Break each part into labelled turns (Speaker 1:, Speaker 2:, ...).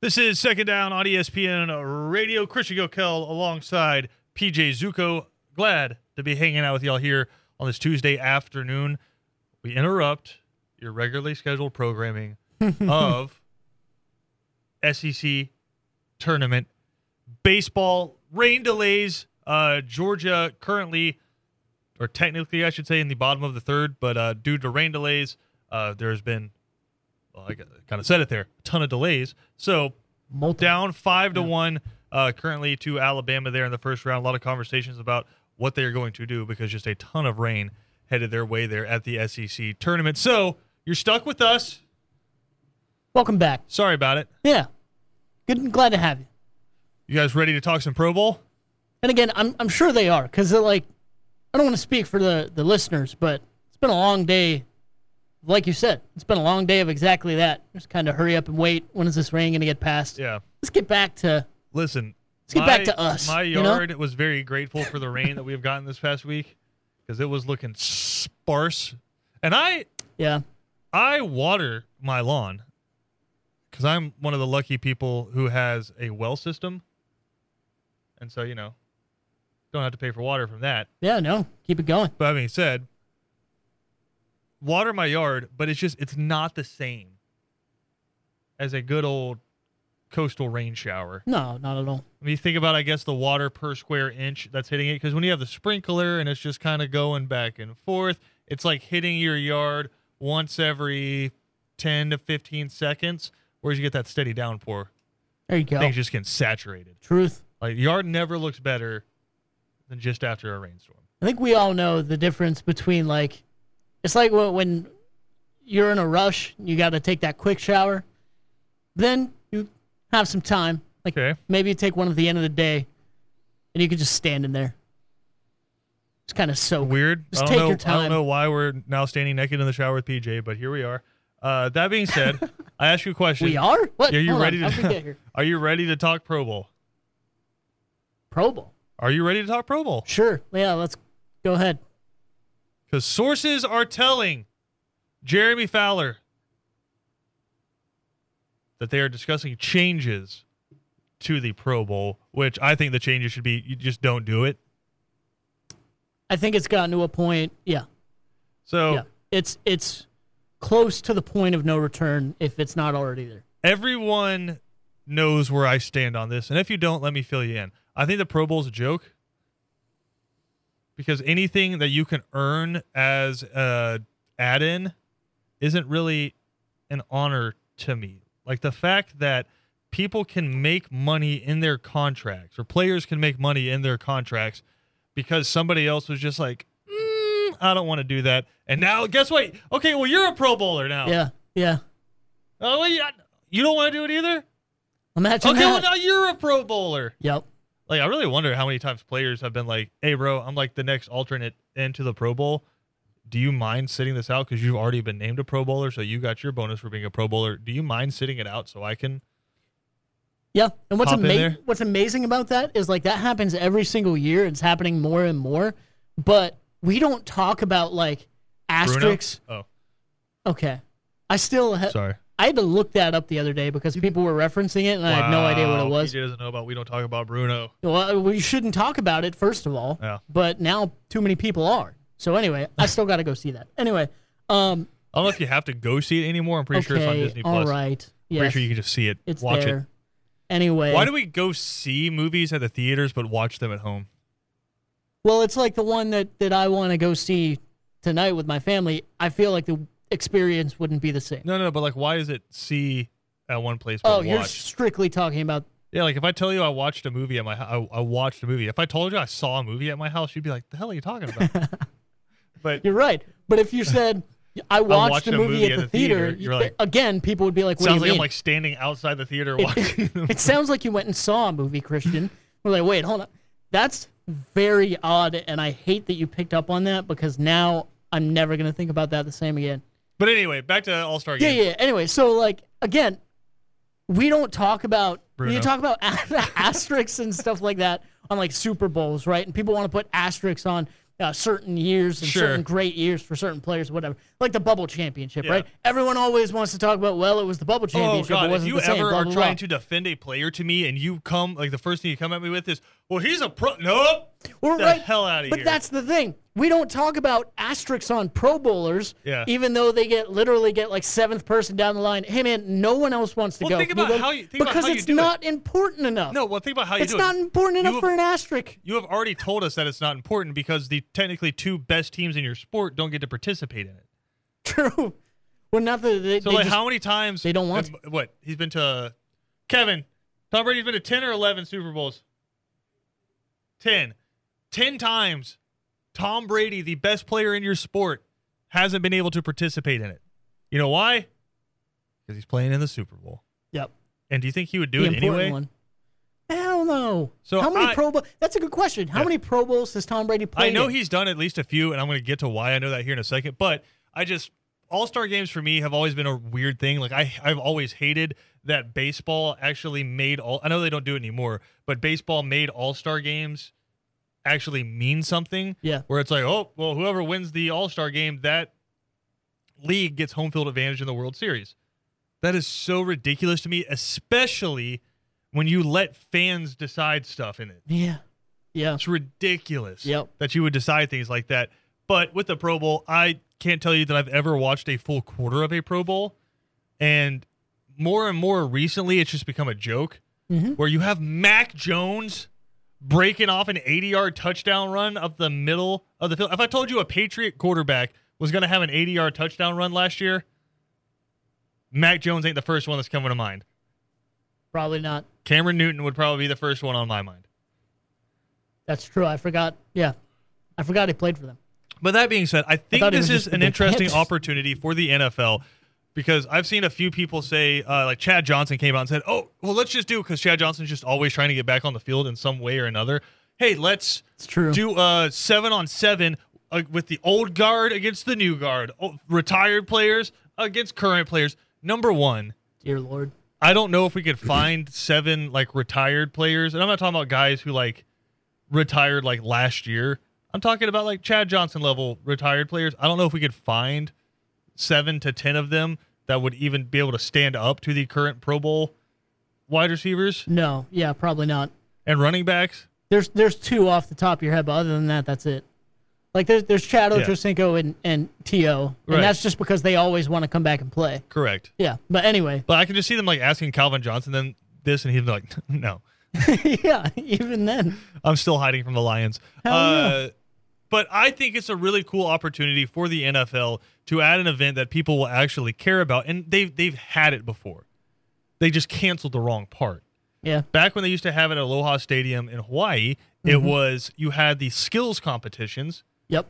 Speaker 1: This is Second Down on E ESPN Radio. Christian Gokel alongside PJ Zuko. Glad to be hanging out with y'all here on this Tuesday afternoon. We interrupt your regularly scheduled programming of SEC tournament baseball. Rain delays. Uh, Georgia currently, or technically, I should say, in the bottom of the third, but uh, due to rain delays, uh, there has been well, I kind of said it there. A ton of delays. So
Speaker 2: Multiple.
Speaker 1: down five to one uh, currently to Alabama there in the first round. A lot of conversations about what they are going to do because just a ton of rain headed their way there at the SEC tournament. So you're stuck with us.
Speaker 2: Welcome back.
Speaker 1: Sorry about it.
Speaker 2: Yeah. Good and glad to have you.
Speaker 1: You guys ready to talk some Pro Bowl?
Speaker 2: And again, I'm, I'm sure they are because they're like, I don't want to speak for the, the listeners, but it's been a long day. Like you said, it's been a long day of exactly that. Just kind of hurry up and wait. When is this rain going to get past?
Speaker 1: Yeah.
Speaker 2: Let's get back to
Speaker 1: Listen. Let's
Speaker 2: get back to us,
Speaker 1: My
Speaker 2: you know?
Speaker 1: yard was very grateful for the rain that we've gotten this past week because it was looking sparse. And I
Speaker 2: yeah.
Speaker 1: I water my lawn because I'm one of the lucky people who has a well system, and so you know, don't have to pay for water from that.
Speaker 2: Yeah, no, keep it going.
Speaker 1: But having said, water my yard, but it's just it's not the same as a good old coastal rain shower.
Speaker 2: No, not at all.
Speaker 1: When you think about, I guess, the water per square inch that's hitting it, because when you have the sprinkler and it's just kind of going back and forth, it's like hitting your yard once every 10 to 15 seconds, whereas you get that steady downpour.
Speaker 2: There you go.
Speaker 1: Things just getting saturated.
Speaker 2: Truth.
Speaker 1: Like, yard never looks better than just after a rainstorm.
Speaker 2: I think we all know the difference between like, it's like wh- when you're in a rush, you got to take that quick shower. Then you have some time, like
Speaker 1: Okay.
Speaker 2: maybe you take one at the end of the day, and you can just stand in there. Just kind of soak.
Speaker 1: Weird.
Speaker 2: Just
Speaker 1: I don't
Speaker 2: take
Speaker 1: know,
Speaker 2: your
Speaker 1: I don't
Speaker 2: time.
Speaker 1: know why we're now standing naked in the shower with PJ, but here we are. Uh, that being said, I ask you a question.
Speaker 2: We are. What?
Speaker 1: Are you
Speaker 2: Hold on,
Speaker 1: ready
Speaker 2: how'd we get
Speaker 1: to?
Speaker 2: here?
Speaker 1: Are you ready to talk Pro Bowl?
Speaker 2: Pro Bowl.
Speaker 1: Are you ready to talk Pro Bowl?
Speaker 2: Sure. Yeah. Let's go ahead.
Speaker 1: Because sources are telling Jeremy Fowler that they are discussing changes to the Pro Bowl, which I think the changes should be you just don't do it.
Speaker 2: I think it's gotten to a point. Yeah.
Speaker 1: So
Speaker 2: Yeah. It's it's close to the point of no return if it's not already there.
Speaker 1: everyone knows where I stand on this. And if you don't, let me fill you in. I think the Pro Bowl's a joke because anything that you can earn as a add in isn't really an honor to me. Like the fact that people can make money in their contracts or players can make money in their contracts because somebody else was just like, "Mm, I don't want to do that. And now, guess what? Okay, well, you're a Pro Bowler now.
Speaker 2: Yeah. Yeah.
Speaker 1: Oh, wait, I- you don't want to do it either?
Speaker 2: Imagine
Speaker 1: okay, well
Speaker 2: that.
Speaker 1: now you're a Pro Bowler.
Speaker 2: Yep.
Speaker 1: Like I really wonder how many times players have been like, "Hey, bro, I'm like the next alternate into the Pro Bowl. Do you mind sitting this out because you've already been named a Pro Bowler, so you got your bonus for being a Pro Bowler? Do you mind sitting it out so I can?"
Speaker 2: Yeah. And what's
Speaker 1: Hop in
Speaker 2: amazing
Speaker 1: there.
Speaker 2: what's amazing about that is like that happens every single year. It's happening more and more. But we don't talk about like
Speaker 1: Bruno?
Speaker 2: asterisks.
Speaker 1: Oh,
Speaker 2: Okay. I still ha-
Speaker 1: sorry.
Speaker 2: I had to look that up the other day because people were referencing it and I had no idea what
Speaker 1: Wow,
Speaker 2: it was.
Speaker 1: PJ doesn't know about. We don't talk about Bruno.
Speaker 2: Well, we shouldn't talk about it first of all.
Speaker 1: Yeah.
Speaker 2: But now too many people are. So anyway, I still got to go see that. Anyway, um
Speaker 1: I don't know if you have to go see it anymore. I'm pretty
Speaker 2: okay,
Speaker 1: sure it's on Disney
Speaker 2: all
Speaker 1: Plus.
Speaker 2: right.
Speaker 1: Pretty
Speaker 2: Yes,
Speaker 1: sure you can just see it.
Speaker 2: it's
Speaker 1: watch
Speaker 2: there. Anyway,
Speaker 1: it. Why do we go see movies at the theaters but watch them at home?
Speaker 2: Well, it's like the one that, that I want to go see tonight with my family. I feel like the experience wouldn't be the same.
Speaker 1: No, no, but like, why is it see at one place but
Speaker 2: oh,
Speaker 1: watch?
Speaker 2: you're strictly talking about.
Speaker 1: Yeah, like if I tell you I watched a movie at my ho- I, I watched a movie. If I told you I saw a movie at my house, you'd be like, "The hell are you talking about?" but
Speaker 2: You're right. But if you said, I watched, a movie, at the, theater,
Speaker 1: you're like-
Speaker 2: again, people would be like, what do
Speaker 1: sounds
Speaker 2: you
Speaker 1: like I'm
Speaker 2: mean?
Speaker 1: like standing outside the theater
Speaker 2: it,
Speaker 1: watching. them.
Speaker 2: it sounds like you went and saw a movie, Christian. We're like, wait, hold on. That's very odd. And I hate that you picked up on that because now I'm never going to think about that the same again.
Speaker 1: but anyway, back to All Star
Speaker 2: Yeah,
Speaker 1: Game.
Speaker 2: yeah. Anyway, so like again, we don't talk about we
Speaker 1: Bruno.
Speaker 2: talk about asterisks and stuff like that on like Super Bowls, right? And people want to put asterisks on uh, certain years and
Speaker 1: Sure.
Speaker 2: certain great years for certain players, whatever. Like the bubble championship,
Speaker 1: Yeah.
Speaker 2: right? Everyone always wants to talk about, well, it was the bubble
Speaker 1: Oh
Speaker 2: championship. it
Speaker 1: god! If
Speaker 2: wasn't
Speaker 1: you
Speaker 2: the same.
Speaker 1: ever
Speaker 2: blah,
Speaker 1: are
Speaker 2: blah,
Speaker 1: trying
Speaker 2: blah.
Speaker 1: to defend a player to me, and you come like the first thing you come at me with is, "Well, he's a pro." Nope.
Speaker 2: We're
Speaker 1: the
Speaker 2: right.
Speaker 1: hell outta
Speaker 2: but
Speaker 1: here.
Speaker 2: that's the thing. We don't talk about asterisks on Pro Bowlers,
Speaker 1: Yeah.
Speaker 2: even though they get literally get like seventh person down the line. Hey man, no one else wants to
Speaker 1: Well,
Speaker 2: go.
Speaker 1: think
Speaker 2: Can you
Speaker 1: about
Speaker 2: go?
Speaker 1: how you- think about
Speaker 2: because
Speaker 1: how you
Speaker 2: it's
Speaker 1: do it.
Speaker 2: not important enough.
Speaker 1: No. Well, think about how you
Speaker 2: it's
Speaker 1: do
Speaker 2: not
Speaker 1: it.
Speaker 2: important enough
Speaker 1: You-
Speaker 2: for an asterisk.
Speaker 1: you have already told us that it's not important because the technically two best teams in your sport don't get to participate in it.
Speaker 2: True. Well, not that they,
Speaker 1: So
Speaker 2: they
Speaker 1: like,
Speaker 2: just-
Speaker 1: how many times
Speaker 2: they don't want
Speaker 1: have- what he's been to? Kevin, Tom Brady's been to ten or eleven Super Bowls. Ten. Ten times, Tom Brady, the best player in your sport, hasn't been able to participate in it. You know why? Because he's playing in the Super Bowl.
Speaker 2: Yep.
Speaker 1: And do you think he would do
Speaker 2: The
Speaker 1: it
Speaker 2: important
Speaker 1: anyway?
Speaker 2: one. Hell no.
Speaker 1: So
Speaker 2: how many
Speaker 1: I-
Speaker 2: Pro Bowl? That's a good question. How
Speaker 1: Yeah.
Speaker 2: many Pro Bowls has Tom Brady played?
Speaker 1: I know
Speaker 2: in?
Speaker 1: he's done at least a few, and I'm going to get to why I know that here in a second. But I just All Star games for me have always been a weird thing. Like I, I've always hated that baseball actually made all. I know they don't do it anymore, but baseball made All Star games actually mean something.
Speaker 2: Yeah.
Speaker 1: Where it's like, oh, well, whoever wins the All Star game, that league gets home field advantage in the World Series. That is so ridiculous to me, especially when you let fans decide stuff in it.
Speaker 2: Yeah. Yeah.
Speaker 1: It's ridiculous
Speaker 2: Yep.
Speaker 1: that you would decide things like that. But with the Pro Bowl, I can't tell you that I've ever watched a full quarter of a Pro Bowl. And more and more recently, it's just become a joke where you have Mac Jones breaking off an 80 yard touchdown run up the middle of the field. If I told you a Patriot quarterback was going to have an 80 yard touchdown run last year, Mac Jones ain't the first one that's coming to mind.
Speaker 2: Probably not.
Speaker 1: Cameron Newton would probably be the first one on my mind.
Speaker 2: That's true. I forgot. Yeah. I forgot he played for them.
Speaker 1: But that being said, I think
Speaker 2: thought it
Speaker 1: this
Speaker 2: was
Speaker 1: is
Speaker 2: just
Speaker 1: an
Speaker 2: the
Speaker 1: interesting
Speaker 2: Jets.
Speaker 1: opportunity for the NFL because I've seen a few people say, uh, like Chad Johnson came out and said, "Oh, well, let's just do because Chad Johnson's just always trying to get back on the field in some way or another." Hey, let's
Speaker 2: It's true.
Speaker 1: do a seven on seven uh, with the old guard against the new guard, oh, retired players against current players. Number one,
Speaker 2: Dear Lord.
Speaker 1: I don't know if we could find seven like retired players, and I'm not talking about guys who like retired like last year. I'm talking about like Chad Johnson level retired players. I don't know if we could find seven to ten of them that would even be able to stand up to the current Pro Bowl wide receivers
Speaker 2: No. Yeah. Probably not.
Speaker 1: and running backs.
Speaker 2: There's there's two off the top of your head, but other than that, that's it. Like there's there's Chad Ochocinco and and To, and
Speaker 1: Right.
Speaker 2: that's just because they always want to come back and play.
Speaker 1: Correct.
Speaker 2: Yeah. But anyway.
Speaker 1: But I can just see them like asking Calvin Johnson then this, and he'd be like, "No,
Speaker 2: yeah. Even then.
Speaker 1: I'm still hiding from the Lions.
Speaker 2: Hell
Speaker 1: Uh, But I think it's a really cool opportunity for the NFL to add an event that people will actually care about, and they've they've had it before. They just canceled the wrong part.
Speaker 2: Yeah.
Speaker 1: Back when they used to have it at Aloha Stadium in Hawaii,
Speaker 2: Mm-hmm.
Speaker 1: it was you had the skills competitions,
Speaker 2: Yep.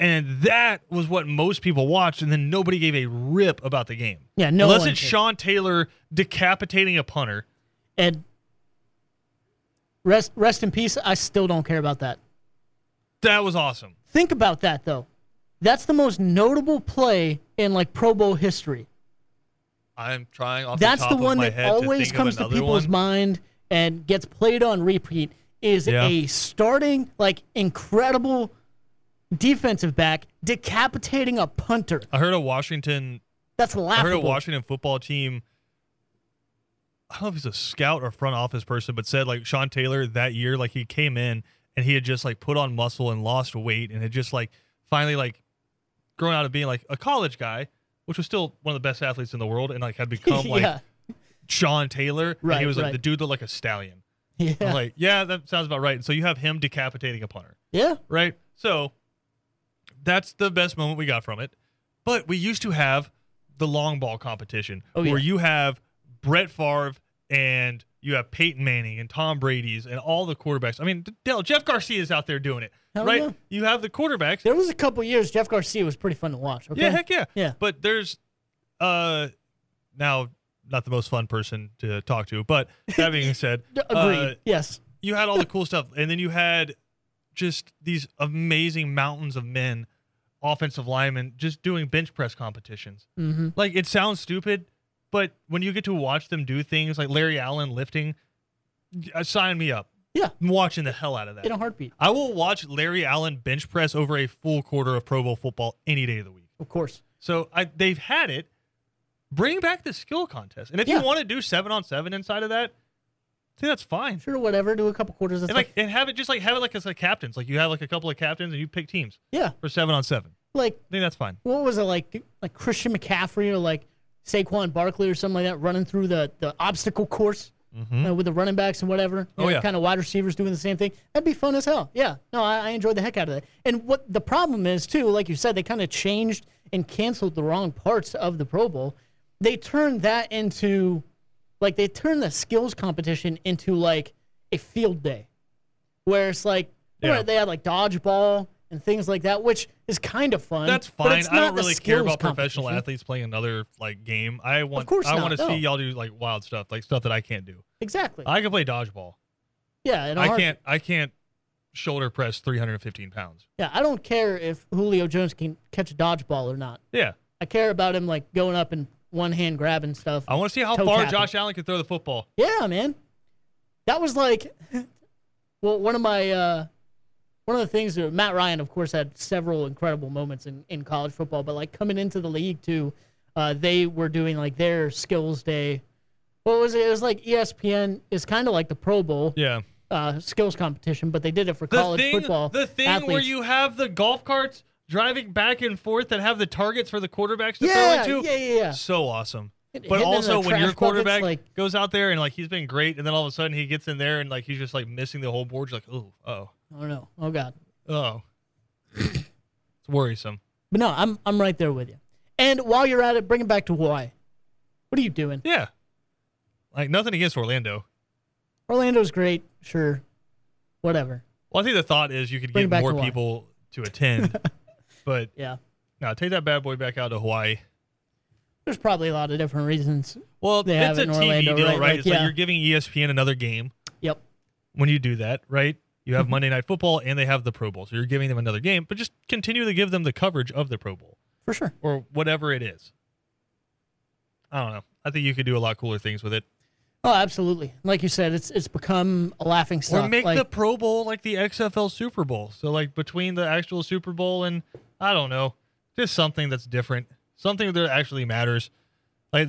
Speaker 1: and that was what most people watched, and then nobody gave a rip about the game.
Speaker 2: Yeah, no
Speaker 1: Unless
Speaker 2: one
Speaker 1: it's
Speaker 2: did.
Speaker 1: Sean Taylor decapitating a punter.
Speaker 2: And rest rest in peace. I still don't care about that.
Speaker 1: That was awesome.
Speaker 2: Think about that though. That's the most notable play in like Pro Bowl history.
Speaker 1: I'm trying off
Speaker 2: That's
Speaker 1: the
Speaker 2: the,
Speaker 1: top of
Speaker 2: one
Speaker 1: my
Speaker 2: that
Speaker 1: head to
Speaker 2: always
Speaker 1: think
Speaker 2: comes
Speaker 1: of
Speaker 2: to
Speaker 1: another
Speaker 2: people's
Speaker 1: one.
Speaker 2: mind and gets played on repeat is
Speaker 1: Yeah.
Speaker 2: a starting like incredible defensive back decapitating a punter.
Speaker 1: I heard a Washington
Speaker 2: That's
Speaker 1: I heard a
Speaker 2: laughable.
Speaker 1: Washington football team. I don't know if he's a scout or front office person, but said like Sean Taylor that year, like he came in and he had just like put on muscle and lost weight and had just like finally like grown out of being like a college guy, which was still one of the best athletes in the world and like had become like
Speaker 2: yeah.
Speaker 1: Sean Taylor. and he
Speaker 2: Right,
Speaker 1: was like
Speaker 2: right.
Speaker 1: the dude looked like a stallion. I'm
Speaker 2: Yeah.
Speaker 1: like, yeah, that sounds about right. And so you have him decapitating a punter
Speaker 2: yeah.
Speaker 1: right? So that's the best moment we got from it. But we used to have the long ball competition
Speaker 2: Oh,
Speaker 1: where
Speaker 2: yeah.
Speaker 1: you have Brett Favre and you have Peyton Manning and Tom Brady's and all the quarterbacks. I mean, Dell, Jeff Garcia's out there doing it,
Speaker 2: Hell
Speaker 1: right?
Speaker 2: yeah.
Speaker 1: You have the quarterbacks.
Speaker 2: There was a couple years Jeff Garcia was pretty fun to watch. Okay?
Speaker 1: Yeah, heck yeah.
Speaker 2: Yeah.
Speaker 1: But there's uh now not the most fun person to talk to, but that being said,
Speaker 2: D-
Speaker 1: uh,
Speaker 2: Agreed. yes.
Speaker 1: you had all the cool stuff, and then you had just these amazing mountains of men, offensive linemen, just doing bench press competitions.
Speaker 2: hmm
Speaker 1: Like it sounds stupid, but when you get to watch them do things like Larry Allen lifting, uh, sign me up.
Speaker 2: Yeah,
Speaker 1: I'm watching the hell out of that.
Speaker 2: in a heartbeat,
Speaker 1: I will watch Larry Allen bench press over a full quarter of Pro Bowl football any day of the week.
Speaker 2: of course.
Speaker 1: So I, they've had it. Bring back the skill contest, and if
Speaker 2: Yeah.
Speaker 1: you want to do seven on seven inside of that, see that's fine.
Speaker 2: Sure, whatever. Do a couple quarters. Of
Speaker 1: And
Speaker 2: stuff.
Speaker 1: like and have it just like have it like as like captains, like you have like a couple of captains and you pick teams
Speaker 2: yeah,
Speaker 1: for seven on seven.
Speaker 2: like
Speaker 1: I think that's fine.
Speaker 2: what was it like? Like Christian McCaffrey or like Saquon Barkley or something like that, running through the the obstacle course uh, with the running backs and whatever. You
Speaker 1: Mm-hmm. Oh,
Speaker 2: know,
Speaker 1: yeah.
Speaker 2: kind of wide receivers doing the same thing. That'd be fun as hell. Yeah, no, I, I enjoyed the heck out of that. And what the problem is too, like you said, they kind of changed and canceled the wrong parts of the Pro Bowl. They turned that into like they turned the skills competition into like a field day where it's like
Speaker 1: Yeah.
Speaker 2: they had like dodgeball and things like that which is kind of fun
Speaker 1: That's
Speaker 2: but
Speaker 1: fine.
Speaker 2: it's
Speaker 1: I
Speaker 2: not
Speaker 1: don't
Speaker 2: the
Speaker 1: really care
Speaker 2: skills
Speaker 1: about professional
Speaker 2: competition.
Speaker 1: athletes playing another like game. I want
Speaker 2: course
Speaker 1: I
Speaker 2: not,
Speaker 1: want to
Speaker 2: no.
Speaker 1: see y'all do like wild stuff, like stuff that I can't do.
Speaker 2: Exactly.
Speaker 1: I can play dodgeball.
Speaker 2: yeah, and
Speaker 1: I can't I can't shoulder press 315 pounds.
Speaker 2: Yeah, I don't care if Julio Jones can catch a dodgeball or not.
Speaker 1: Yeah.
Speaker 2: I care about him like going up and one hand grabbing stuff.
Speaker 1: I want to see how
Speaker 2: Toe
Speaker 1: far
Speaker 2: tapping.
Speaker 1: Josh Allen can throw the football.
Speaker 2: Yeah, man. That was like well, one of my uh one of the things that Matt Ryan of course had several incredible moments in, in college football, but like coming into the league too, uh they were doing like their skills day. What was it? It was like E ESPN is kind of like the Pro Bowl
Speaker 1: Yeah.
Speaker 2: uh, skills competition, but they did it for
Speaker 1: The
Speaker 2: college
Speaker 1: thing
Speaker 2: football.
Speaker 1: the thing where
Speaker 2: athletes.
Speaker 1: you have the golf carts driving back and forth that have the targets for the quarterbacks to
Speaker 2: yeah,
Speaker 1: throw into.
Speaker 2: yeah, yeah, yeah.
Speaker 1: So awesome.
Speaker 2: Hit-
Speaker 1: But
Speaker 2: hitting in
Speaker 1: also when
Speaker 2: the
Speaker 1: your
Speaker 2: trash buckets,
Speaker 1: quarterback
Speaker 2: like-
Speaker 1: goes out there and like he's been great and then all of a sudden he gets in there and like he's just like missing the whole board, you're like, oh, oh,
Speaker 2: Oh no! Oh god!
Speaker 1: oh. it's worrisome.
Speaker 2: But no, I'm I'm right there with you. And while you're at it, bring it back to why. What are you doing?
Speaker 1: Yeah. Like nothing against Orlando.
Speaker 2: Orlando's great, sure, whatever.
Speaker 1: Well, I think the thought is you could
Speaker 2: Bring it
Speaker 1: get
Speaker 2: back
Speaker 1: more
Speaker 2: to Hawaii.
Speaker 1: people to attend. but
Speaker 2: Yeah,
Speaker 1: no, take that bad boy back out to Hawaii.
Speaker 2: there's probably a lot of different reasons.
Speaker 1: Well,
Speaker 2: They have
Speaker 1: it's
Speaker 2: it
Speaker 1: a
Speaker 2: in
Speaker 1: TV
Speaker 2: Orlando,
Speaker 1: deal, right?
Speaker 2: right? Like,
Speaker 1: it's like
Speaker 2: yeah.
Speaker 1: you're giving E ESPN another game
Speaker 2: Yep.
Speaker 1: when you do that, right? You have Monday Night Football and they have the Pro Bowl. So you're giving them another game, but just continue to give them the coverage of the Pro Bowl
Speaker 2: For sure.
Speaker 1: or whatever it is. I don't know. I think you could do a lot cooler things with it.
Speaker 2: Oh, absolutely. Like you said, it's it's become a laughing stock.
Speaker 1: Or make
Speaker 2: like,
Speaker 1: the Pro Bowl like the XFL Super Bowl. So like between the actual Super Bowl and I don't know, just something that's different, something that actually matters. Like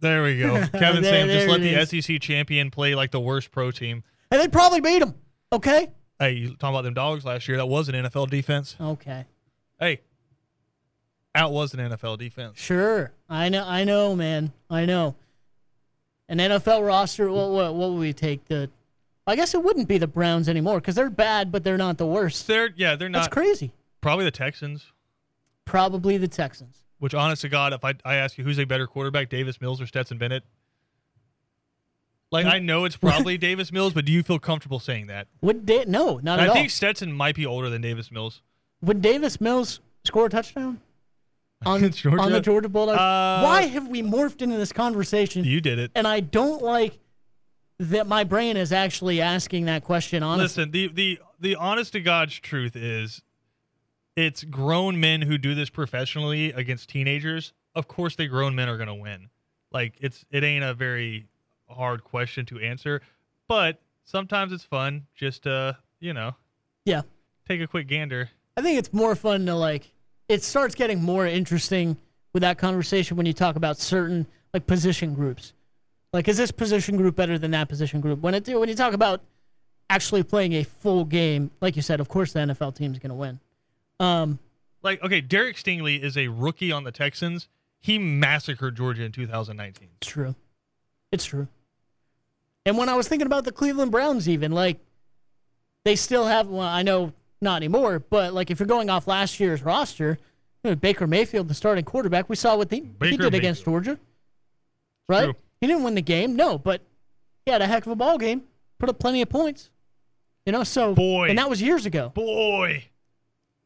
Speaker 1: there we go, Kevin
Speaker 2: There-
Speaker 1: Sam. Just
Speaker 2: there
Speaker 1: let
Speaker 2: it
Speaker 1: the
Speaker 2: is.
Speaker 1: SEC champion play like the worst pro team.
Speaker 2: and they probably beat him. Okay.
Speaker 1: Hey, you talking about them dogs last year? That was an NFL defense.
Speaker 2: Okay.
Speaker 1: Hey, out was an NFL defense.
Speaker 2: Sure. I know. I know, man. I know. An NFL roster. What what what would we take? The I guess it wouldn't be the Browns anymore because they're bad, but they're not the worst.
Speaker 1: They're yeah, they're
Speaker 2: That's
Speaker 1: not
Speaker 2: crazy.
Speaker 1: probably the Texans.
Speaker 2: Probably the Texans.
Speaker 1: Which, honest to God, if I, I ask you who's a better quarterback, Davis Mills or Stetson Bennett, like I know it's probably Davis Mills, but do you feel comfortable saying that?
Speaker 2: Would da- no, not
Speaker 1: And
Speaker 2: at
Speaker 1: I
Speaker 2: all.
Speaker 1: think Stetson might be older than Davis Mills.
Speaker 2: Would Davis Mills score a touchdown on,
Speaker 1: Against Georgia?
Speaker 2: on the Georgia Bulldogs?
Speaker 1: Uh,
Speaker 2: Why have we morphed into this conversation?
Speaker 1: You did it.
Speaker 2: and I don't like that my brain is actually asking that question. Honestly,
Speaker 1: Listen, the the the honest to God's truth is, it's grown men who do this professionally against teenagers. Of course, the grown men are gonna win. Like it's it ain't a very hard question to answer, but sometimes it's fun just to you know
Speaker 2: yeah,
Speaker 1: take a quick gander.
Speaker 2: I think it's more fun to like. It starts getting more interesting with that conversation when you talk about certain like position groups. Like, is this position group better than that position group? When it when you talk about actually playing a full game, like you said, of course the NFL team's going to win. Um,
Speaker 1: Like, okay, Derek Stingley is a rookie on the Texans. He massacred Georgia in 2019.
Speaker 2: It's true. It's true. And when I was thinking about the Cleveland Browns, even like they still have. Well, I know not anymore, but like if you're going off last year's roster, you know, Baker Mayfield, the starting quarterback, we saw what the, he
Speaker 1: Baker
Speaker 2: did against Georgia. Right?
Speaker 1: true.
Speaker 2: He didn't win the game, no, but he had a heck of a ball game. Put up plenty of points. You know, so
Speaker 1: Boy.
Speaker 2: and that was years ago.
Speaker 1: Boy,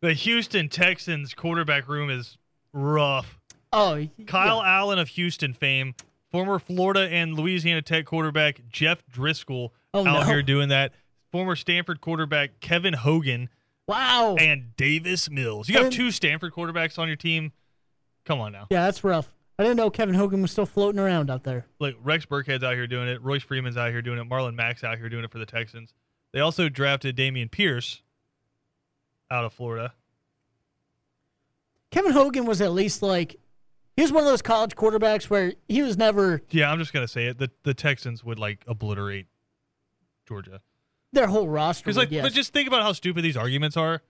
Speaker 1: the Houston Texans quarterback room is rough.
Speaker 2: Oh,
Speaker 1: Kyle
Speaker 2: yeah.
Speaker 1: Allen of Houston fame, former Florida and Louisiana Tech quarterback Jeff Driscoll
Speaker 2: Oh,
Speaker 1: out
Speaker 2: no.
Speaker 1: here doing that. Former Stanford quarterback Kevin Hogan
Speaker 2: Wow.
Speaker 1: and Davis Mills. You have
Speaker 2: Oh. And-
Speaker 1: two Stanford quarterbacks on your team. Come on now.
Speaker 2: Yeah, that's rough. I didn't know Kevin Hogan was still floating around out there.
Speaker 1: Like Rex Burkhead's out here doing it. Royce Freeman's out here doing it. Marlon Mack's out here doing it for the Texans. They also drafted Damian Pierce out of Florida.
Speaker 2: Kevin Hogan was at least like he was one of those college quarterbacks where he was never
Speaker 1: Yeah, I'm just gonna say it. The the Texans would like obliterate Georgia.
Speaker 2: their whole roster.
Speaker 1: Because
Speaker 2: Would,
Speaker 1: like,
Speaker 2: yes.
Speaker 1: but just think about how stupid these arguments are.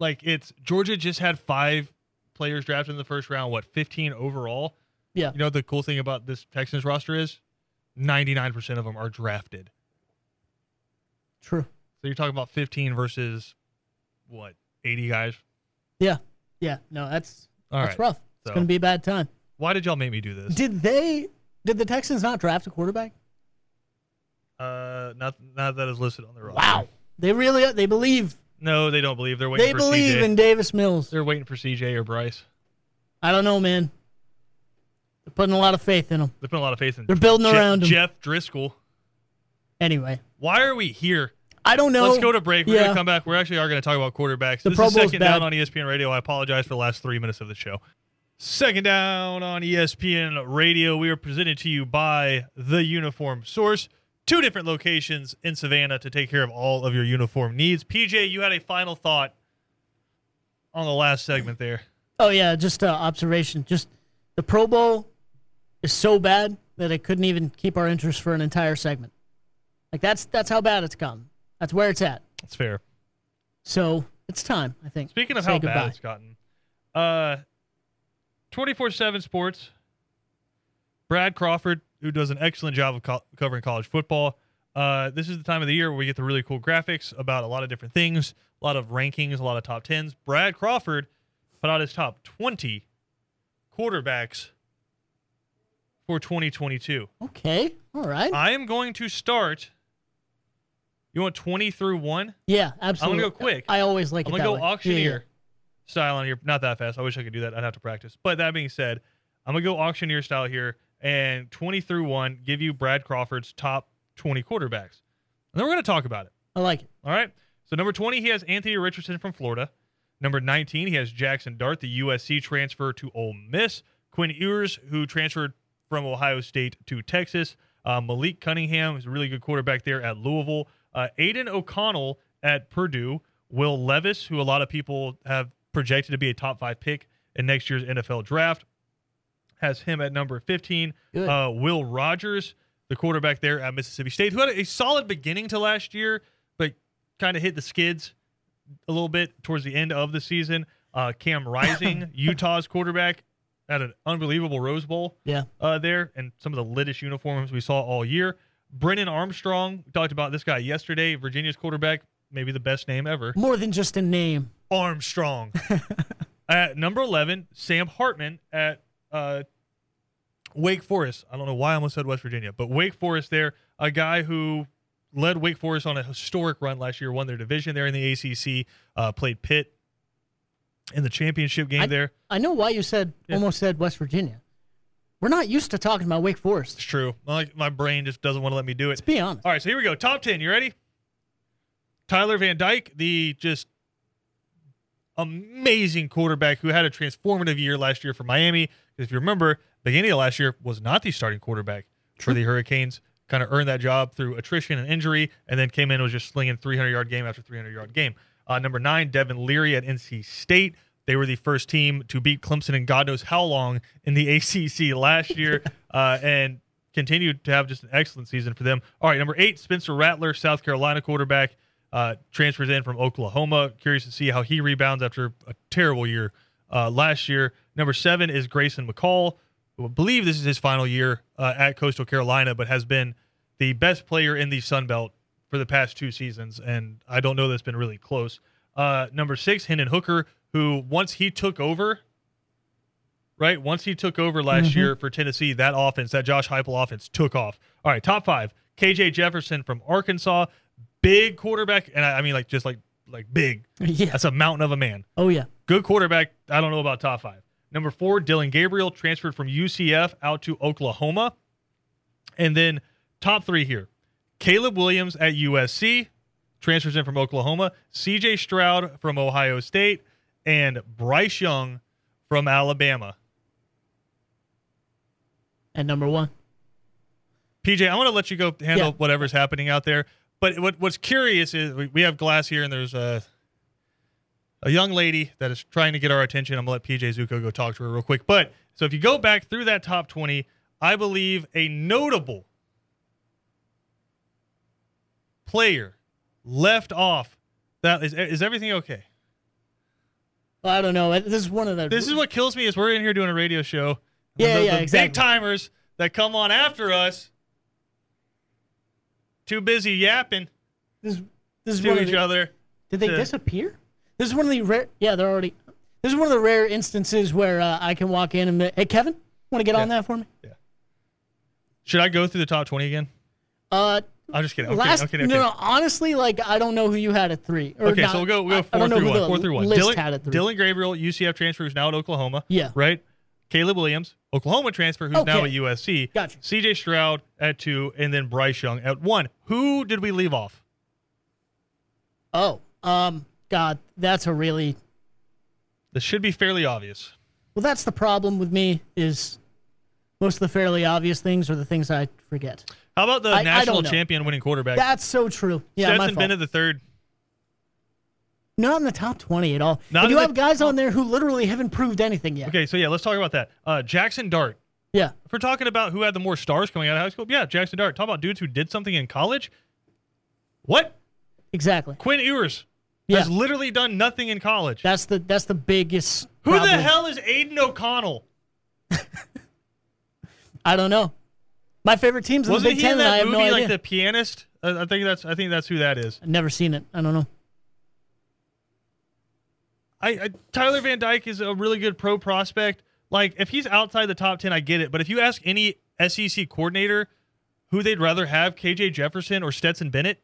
Speaker 1: Like, it's Georgia just had five players drafted in the first round. What, 15 overall?
Speaker 2: Yeah.
Speaker 1: You know what the cool thing about this Texans roster is, 99% of them are drafted.
Speaker 2: True.
Speaker 1: So you're talking about 15 versus what, 80 guys?
Speaker 2: Yeah. Yeah. No, that's
Speaker 1: All right.
Speaker 2: that's rough. It's
Speaker 1: So-
Speaker 2: gonna be a bad time.
Speaker 1: Why did y'all make me do this?
Speaker 2: Did they? Did the Texans not draft a quarterback?
Speaker 1: Uh, not not that is listed on the roster.
Speaker 2: Wow. They really they believe
Speaker 1: No, they don't believe. They're waiting
Speaker 2: they
Speaker 1: for
Speaker 2: believe
Speaker 1: CJ.
Speaker 2: in Davis Mills.
Speaker 1: They're waiting for CJ or Bryce.
Speaker 2: I don't know, man. They're putting a lot of faith in him.
Speaker 1: They're putting a lot of faith in.
Speaker 2: They're building
Speaker 1: Je-
Speaker 2: around him.
Speaker 1: Jeff Driscoll.
Speaker 2: Anyway,
Speaker 1: Why are we here?
Speaker 2: I don't know.
Speaker 1: Let's go to break. We're
Speaker 2: yeah.
Speaker 1: gonna come back. We actually are gonna talk about quarterbacks.
Speaker 2: The
Speaker 1: this
Speaker 2: Pro
Speaker 1: is
Speaker 2: Bowl's
Speaker 1: second
Speaker 2: bad.
Speaker 1: down on E ESPN Radio. I apologize for the last three minutes of the show. Second down on E ESPN Radio. We are presented to you by the Uniform Source. Two different locations in Savannah to take care of all of your uniform needs. PJ, you had a final thought on the last segment there.
Speaker 2: Oh yeah, just uh, observation. Just the Pro Bowl is so bad that it couldn't even keep our interest for an entire segment. Like that's that's how bad it's gotten. That's where it's at.
Speaker 1: That's fair.
Speaker 2: So it's time, I think.
Speaker 1: Speaking of
Speaker 2: Say
Speaker 1: how
Speaker 2: goodbye.
Speaker 1: bad it's gotten, uh, twenty four seven Sports, Brad Crawford, who does an excellent job of co- covering college football. Uh, this is the time of the year where we get the really cool graphics about a lot of different things, a lot of rankings, a lot of top tens. Brad Crawford put out his top twenty quarterbacks for twenty twenty two.
Speaker 2: Okay. All right.
Speaker 1: I am going to start. You want twenty through one?
Speaker 2: yeah, absolutely.
Speaker 1: go quick.
Speaker 2: I always like
Speaker 1: I'm
Speaker 2: it
Speaker 1: gonna go
Speaker 2: that way. Yeah, yeah,
Speaker 1: auctioneer style on here. Not that fast. I wish I could do that. I'd have to practice. But that being said, I'm gonna go auctioneer style here and 20 through one give you Brad Crawford's top 20 quarterbacks, and then we're gonna talk about it.
Speaker 2: I like it.
Speaker 1: All right. So number 20, he has Anthony Richardson from Florida. Number 19, he has Jackson Dart, the USC transfer to Ole Miss. Quinn Ewers, who transferred from Ohio State to Texas. Uh, Malik Cunningham is a really good quarterback there at Louisville. Uh, Aiden O'Connell at Purdue. Will Levis, who a lot of people have projected to be a top five pick in next year's NFL draft, has him at number 15.
Speaker 2: Good.
Speaker 1: Uh, Will Rogers, the quarterback there at Mississippi State, who had a solid beginning to last year, but kind of hit the skids a little bit towards the end of the season. Uh, Cam Rising, Utah's quarterback, had an unbelievable Rose Bowl
Speaker 2: Yeah.
Speaker 1: uh, there, and some of the littest uniforms we saw all year. Brennan Armstrong, we talked about this guy yesterday, Virginia's quarterback, maybe the best name ever.
Speaker 2: More than just a name.
Speaker 1: Armstrong. at number 11, Sam Hartman at uh, Wake Forest. I don't know why I almost said West Virginia, but Wake Forest there, a guy who led Wake Forest on a historic run last year, won their division there in the ACC, uh, played Pitt in the championship game
Speaker 2: I-
Speaker 1: there.
Speaker 2: I know why you said
Speaker 1: Yeah.
Speaker 2: almost said West Virginia. We're not used to talking about Wake
Speaker 1: It's
Speaker 2: Forest.
Speaker 1: true. My, my brain just doesn't want to let me do it.
Speaker 2: Let's be honest.
Speaker 1: All right, so here we go. Top 10. You ready? Tyler Van Dyke, the just amazing quarterback who had a transformative year last year for Miami. If you remember, beginning of last year was not the starting quarterback for the Hurricanes. Kind of earned that job through attrition and injury, and then came in and was just slinging 300 yard game after 300 yard game. Uh, number nine, Devin Leary at NC State. They were the first team to beat Clemson in God knows how long in the ACC last year, uh, and continued to have just an excellent season for them. All right, number eight, Spencer Rattler, South Carolina quarterback, uh, transfers in from Oklahoma. Curious to see how he rebounds after a terrible year uh, last year. Number seven is Grayson McCall, who I believe this is his final year uh, at Coastal Carolina, but has been the best player in the Sun Belt for the past two seasons, and I don't know that's been really close. Uh, number six, Hendon Hooker, who once he took over right? Once he took over last year for Tennessee, that offense, that Josh Heupel offense, took off. All right, top five: KJ Jefferson from Arkansas, big quarterback, and I, I mean like just like like big.
Speaker 2: Yeah.
Speaker 1: That's a mountain of a man.
Speaker 2: Oh yeah.
Speaker 1: Good quarterback. I don't know about top five. Number four, Dylan Gabriel transferred from UCF out to Oklahoma, and then top three here: Caleb Williams at USC transfers in from Oklahoma, CJ Stroud from Ohio State, and Bryce Young from Alabama.
Speaker 2: at number one.
Speaker 1: PJ, I want to let you go handle
Speaker 2: Yeah.
Speaker 1: whatever's happening out there. But what, what's curious is we, we have glass here, and there's a a young lady that is trying to get our attention. I'm gonna let PJ Zuko go talk to her real quick. But so if you go back through that top 20, I believe a notable player left off. That is is everything okay?
Speaker 2: Well, I don't know. This is one of the.
Speaker 1: This is what kills me is we're in here doing a radio show. and
Speaker 2: Yeah,
Speaker 1: the,
Speaker 2: yeah,
Speaker 1: the
Speaker 2: exactly.
Speaker 1: Big timers that come on after us, too busy yapping
Speaker 2: This, this is one
Speaker 1: to
Speaker 2: of
Speaker 1: each
Speaker 2: the,
Speaker 1: other.
Speaker 2: Did they
Speaker 1: to-
Speaker 2: disappear? This is one of the rare. Yeah, they're already. This is one of the rare instances where uh, I can walk in and be, hey, Kevin, want to get on
Speaker 1: Yeah.
Speaker 2: that for me?
Speaker 1: Should I go through the top twenty again?
Speaker 2: Uh,
Speaker 1: I'm just kidding. Okay,
Speaker 2: last
Speaker 1: okay, okay.
Speaker 2: no, no. Honestly, like I don't know who you had at three. Or
Speaker 1: Okay,
Speaker 2: not-
Speaker 1: so we'll go, we'll go
Speaker 2: I- I
Speaker 1: four
Speaker 2: don't know
Speaker 1: through
Speaker 2: who
Speaker 1: one.
Speaker 2: the
Speaker 1: Four through one.
Speaker 2: List
Speaker 1: Dylan,
Speaker 2: had at three.
Speaker 1: Dylan Gabriel, UCF transfer, who's now at Oklahoma.
Speaker 2: Yeah.
Speaker 1: Right? Caleb Williams, Oklahoma transfer, who's now at
Speaker 2: Okay.
Speaker 1: USC.
Speaker 2: Gotcha.
Speaker 1: CJ Stroud at two, and then Bryce Young at one. Who did we leave off?
Speaker 2: Oh, um, God, that's a really.
Speaker 1: This should be fairly obvious.
Speaker 2: Well, that's the problem with me is most of the fairly obvious things are the things I forget.
Speaker 1: How about the
Speaker 2: I- I
Speaker 1: national
Speaker 2: don't know.
Speaker 1: champion winning quarterback?
Speaker 2: That's so true. Yeah, my
Speaker 1: Stetson
Speaker 2: fault.
Speaker 1: Bennett the third.
Speaker 2: Not in the top twenty at all.
Speaker 1: Not
Speaker 2: and you
Speaker 1: in the-
Speaker 2: have guys on there who literally haven't proved anything yet.
Speaker 1: Okay, so yeah, let's talk about that. Uh, Jackson Dart.
Speaker 2: Yeah.
Speaker 1: If we're talking about who had the more stars coming out of high school, yeah, Jackson Dart. Talk about dudes who did something in college. What?
Speaker 2: Exactly.
Speaker 1: Quinn Ewers
Speaker 2: Yeah.
Speaker 1: has literally done nothing in college.
Speaker 2: That's the that's the biggest.
Speaker 1: who the
Speaker 2: problem.
Speaker 1: hell is Aiden O'Connell?
Speaker 2: I don't know. My favorite teams in the
Speaker 1: Wasn't
Speaker 2: Big
Speaker 1: he in
Speaker 2: Ten, and
Speaker 1: that
Speaker 2: I have
Speaker 1: movie
Speaker 2: no idea.
Speaker 1: like the pianist? I, I think that's I think that's who that is.
Speaker 2: I've never seen it. I don't know.
Speaker 1: I, I Tyler Van Dyke is a really good pro prospect. Like if he's outside the top ten, I get it. But if you ask any SEC coordinator who they'd rather have, KJ Jefferson or Stetson Bennett,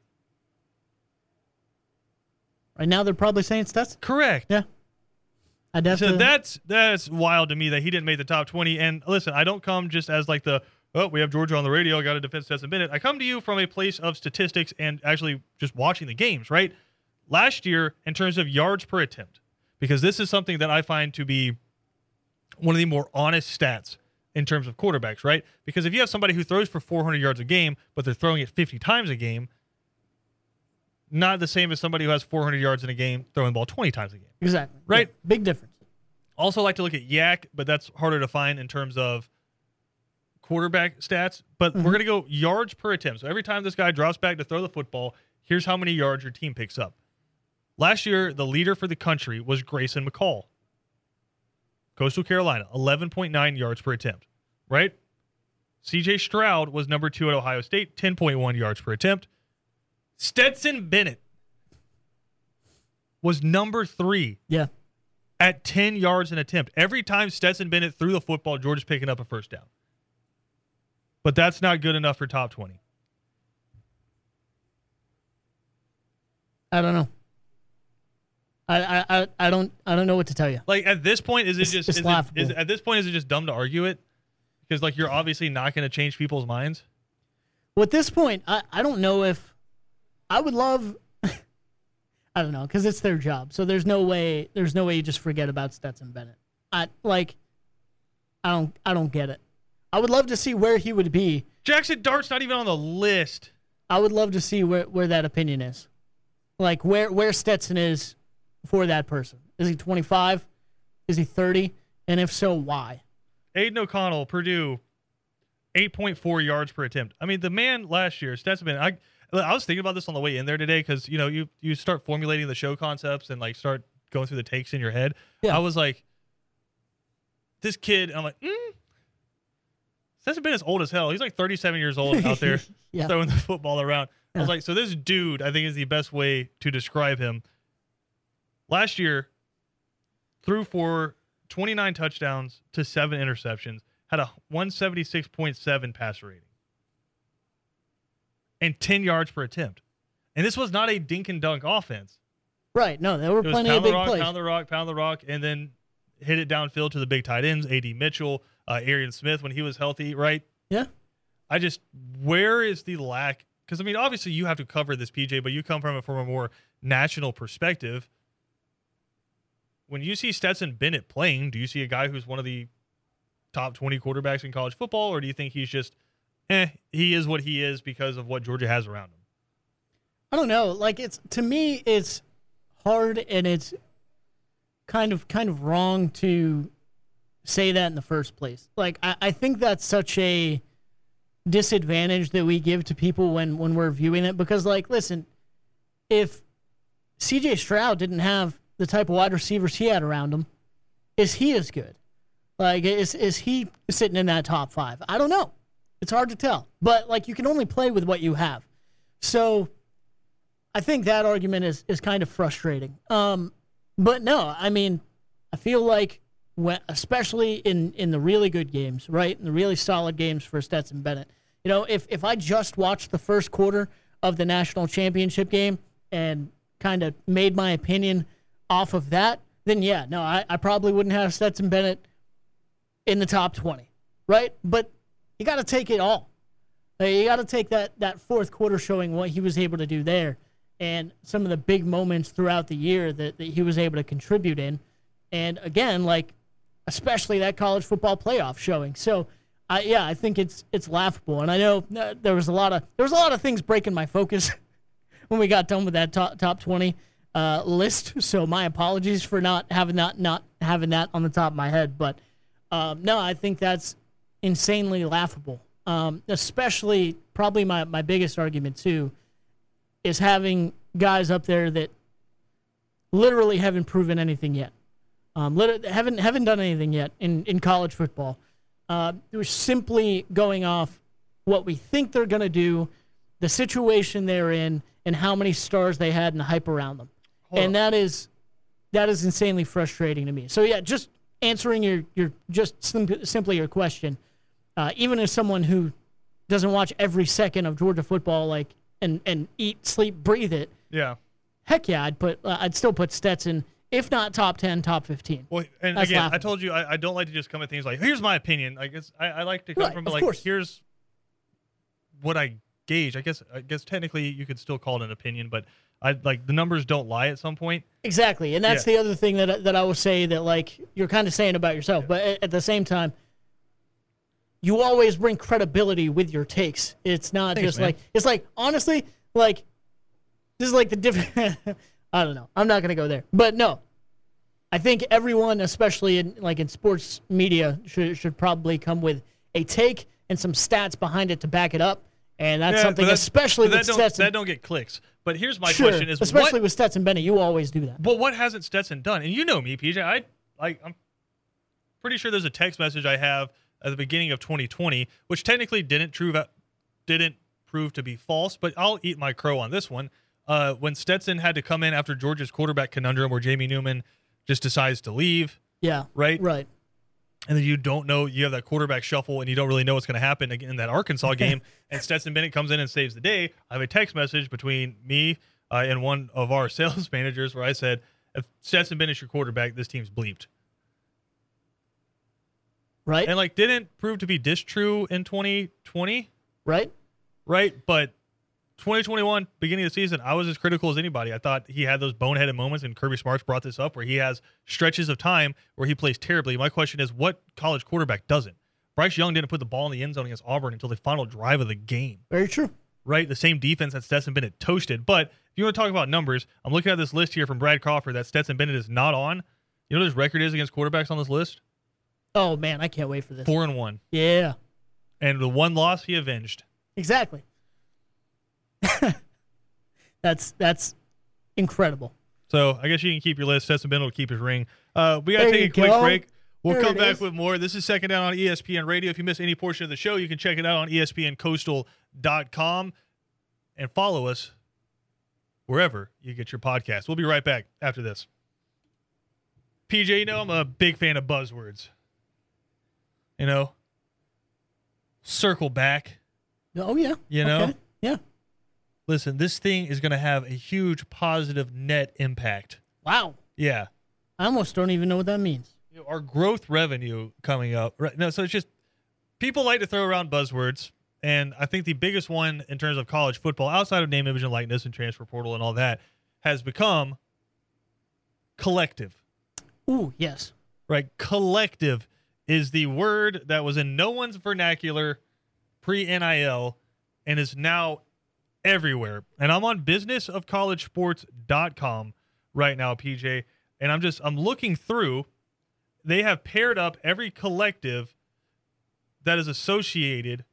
Speaker 2: Right now, they're probably saying Stetson.
Speaker 1: correct.
Speaker 2: Yeah, I'd have
Speaker 1: So
Speaker 2: to.
Speaker 1: that's that's wild to me that he didn't make the top twenty. And listen, I don't come just as like the oh we have Georgia on the radio, got to defend Stetson Bennett. I come to you from a place of statistics and actually just watching the games. Right, last year in terms of yards per attempt, because this is something that I find to be one of the more honest stats in terms of quarterbacks. Right, because if you have somebody who throws for 400 yards a game, but they're throwing it 50 times a game, not the same as somebody who has 400 yards in a game throwing the ball 20 times a game
Speaker 2: exactly
Speaker 1: Right.
Speaker 2: Yeah, big difference.
Speaker 1: also like to look at yak, but that's harder to find in terms of quarterback stats. But we're gonna go yards per attempt. So every time this guy drops back to throw the football, here's how many yards your team picks up. Last year, the leader for the country was Grayson McCall. Coastal Carolina, 11.9 yards per attempt, right? CJ Stroud was number two at Ohio State, 10.1 yards per attempt. Stetson Bennett was number three
Speaker 2: Yeah,
Speaker 1: at 10 yards an attempt. Every time Stetson Bennett threw the football, Georgia's picking up a first down. But that's not good enough for top 20.
Speaker 2: I don't know. I I, I, I don't I don't know what to tell you.
Speaker 1: Like at this point, is it
Speaker 2: It's-
Speaker 1: just
Speaker 2: it's
Speaker 1: is it,
Speaker 2: laughable.
Speaker 1: is, at this point is it just dumb to argue it? Because like you're obviously not going to change people's minds.
Speaker 2: Well, at this point, I, I don't know if I would love. I don't know because it's their job, so there's no way there's no way you just forget about Stetson Bennett. I like. I don't I don't get it. I would love to see where he would be.
Speaker 1: Jackson Dart's not even on the list.
Speaker 2: I would love to see where, where that opinion is, like where where Stetson is for that person. Is he 25? Is he 30? And if so, why?
Speaker 1: Aiden O'Connell, Purdue, 8.4 yards per attempt. I mean, the man last year, Stetson Bennett, I look, I was thinking about this on the way in there today because you know you you start formulating the show concepts and like start going through the takes in your head.
Speaker 2: Yeah.
Speaker 1: I was like, this kid, I'm like, mm. Stetson Bennett's old as hell. He's like 37 years old out there
Speaker 2: Yeah.
Speaker 1: throwing the football around. I
Speaker 2: Yeah.
Speaker 1: was like, so this dude, I think is the best way to describe him. Last year, threw for 29 touchdowns to seven interceptions, had a 176.7 passer rating, and 10 yards per attempt. And this was not a dink and dunk offense.
Speaker 2: Right. No, there were
Speaker 1: It was
Speaker 2: plenty of
Speaker 1: pound the
Speaker 2: big
Speaker 1: rock,
Speaker 2: plays.
Speaker 1: pound the rock, pound the rock, and then hit it downfield to the big tight ends, A.D. Mitchell, uh, Arian Smith when he was healthy, right?
Speaker 2: Yeah.
Speaker 1: I just where is the lack? Because I mean, obviously you have to cover this, PJ, but you come from it from a more national perspective. When you see Stetson Bennett playing, do you see a guy who's one of the top 20 quarterbacks in college football, or do you think he's just, eh, he is what he is because of what Georgia has around him?
Speaker 2: I don't know. Like it's to me, it's hard and it's kind of kind of wrong to say that in the first place. Like I, I think that's such a disadvantage that we give to people when when we're viewing it because like listen, if CJ Stroud didn't have the type of wide receivers he had around him, is he as good? Like is is he sitting in that top five? I don't know. It's hard to tell. But like you can only play with what you have. So I think that argument is is kind of frustrating. Um, but no, I mean, I feel like when, especially in in the really good games, right, in the really solid games for Stetson Bennett. You know, if if I just watched the first quarter of the national championship game and kind of made my opinion off of that, then yeah, no, I, I probably wouldn't have Stetson Bennett in the top twenty, right? But you got to take it all. Like, you got to take that that fourth quarter showing what he was able to do there, and some of the big moments throughout the year that, that he was able to contribute in, and again, like especially that college football playoff showing. So, I yeah, I think it's it's laughable, and I know uh, there was a lot of there was a lot of things breaking my focus when we got done with that top top twenty uh, list. So my apologies for not having that not having that on the top of my head, but um, no, I think that's insanely laughable. Um, especially probably my, my biggest argument too is having guys up there that literally haven't proven anything yet. Um, lit- haven't haven't done anything yet in, in college football. Uh, we're simply going off what we think they're going to do, the situation they're in, and how many stars they had and the hype around them.
Speaker 1: Hold
Speaker 2: and
Speaker 1: on.
Speaker 2: that is that is insanely frustrating to me. So yeah, just answering your your just sim- simply your question. Uh, even as someone who doesn't watch every second of Georgia football, like and and eat, sleep, breathe it.
Speaker 1: Yeah.
Speaker 2: Heck yeah, I'd put uh, I'd still put Stetson if not top ten, top fifteen.
Speaker 1: Well, and
Speaker 2: That's
Speaker 1: again, I
Speaker 2: laughable.
Speaker 1: told you I, I don't like to just come at things like, here's my opinion. Like, it's, I, I like to come
Speaker 2: Right,
Speaker 1: from
Speaker 2: of
Speaker 1: like,
Speaker 2: course.
Speaker 1: here's what I gauge. I guess, I guess technically you could still call it an opinion, but I like the numbers don't lie at some point.
Speaker 2: Exactly, and that's
Speaker 1: Yeah.
Speaker 2: the other thing that I- that I will say that like you're kind of saying about yourself, but at, at the same time, you always bring credibility with your takes. It's not
Speaker 1: Thanks,
Speaker 2: just
Speaker 1: man.
Speaker 2: like it's like honestly, like this is like the different. I don't know. I'm not gonna go there, but no, I think everyone, especially in like in sports media, should should probably come with a take and some stats behind it to back it up, and that's
Speaker 1: Yeah,
Speaker 2: something
Speaker 1: but that-
Speaker 2: especially
Speaker 1: but
Speaker 2: with
Speaker 1: that don't,
Speaker 2: Stetson.
Speaker 1: that don't get clicks. But here's my
Speaker 2: sure,
Speaker 1: question: Is
Speaker 2: especially
Speaker 1: what,
Speaker 2: with Stetson Bennett, you always do that.
Speaker 1: but what hasn't Stetson done? And you know me, PJ. I like I'm pretty sure there's a text message I have at the beginning of 2020, which technically didn't prove didn't prove to be false, but I'll eat my crow on this one. Uh, when Stetson had to come in after Georgia's quarterback conundrum, where Jamie Newman just decides to leave,
Speaker 2: Yeah,
Speaker 1: right?
Speaker 2: right.
Speaker 1: and then you don't know you have that quarterback shuffle and you don't really know what's going to happen again in that Arkansas game. and Stetson Bennett comes in and saves the day. I have a text message between me uh, and one of our sales managers where I said, "If Stetson Bennett's your quarterback, this team's bleeped."
Speaker 2: Right?
Speaker 1: And like, didn't prove to be distrue in 2020,
Speaker 2: right?
Speaker 1: right? But 2021, beginning of the season, I was as critical as anybody. I thought he had those boneheaded moments, and Kirby Smarts brought this up where he has stretches of time where he plays terribly. My question is, what college quarterback doesn't? Bryce Young didn't put the ball in the end zone against Auburn until the final drive of the game,
Speaker 2: Very true.
Speaker 1: right? The same defense that Stetson Bennett toasted. But if you want to talk about numbers, I'm looking at this list here from Brad Crawford that Stetson Bennett is not on. You know what his record is against quarterbacks on this list?
Speaker 2: Oh man, I can't wait for this.
Speaker 1: Four and one.
Speaker 2: Yeah.
Speaker 1: And the one loss he avenged.
Speaker 2: Exactly. that's that's incredible.
Speaker 1: So I guess you can keep your list. Stetson Bennett will keep his ring. Uh, we got to
Speaker 2: There
Speaker 1: take a
Speaker 2: you
Speaker 1: quick
Speaker 2: go.
Speaker 1: break. We'll
Speaker 2: There
Speaker 1: come
Speaker 2: it
Speaker 1: back
Speaker 2: is.
Speaker 1: with more. This is Second Down on E ESPN Radio. If you miss any portion of the show, you can check it out on E espncoastal.com and follow us wherever you get your podcast. We'll be right back after this. PJ, you know, I'm a big fan of buzzwords. You know, circle back.
Speaker 2: Oh yeah.
Speaker 1: You know?
Speaker 2: Okay. Yeah.
Speaker 1: Listen, this thing is going to have a huge positive net impact.
Speaker 2: Wow.
Speaker 1: Yeah.
Speaker 2: I almost don't even know what that means.
Speaker 1: you know, our growth revenue coming up. Right? No, so it's just people like to throw around buzzwords, and I think the biggest one in terms of college football, outside of name, image, and likeness, and transfer portal, and all that, has become collective.
Speaker 2: Ooh, yes.
Speaker 1: Right? Collective is the word that was in no one's vernacular pre NIL and is now everywhere. And I'm on businessofcollegesports.com right now, PJ. And I'm just I'm looking through. They have paired up every collective that is associated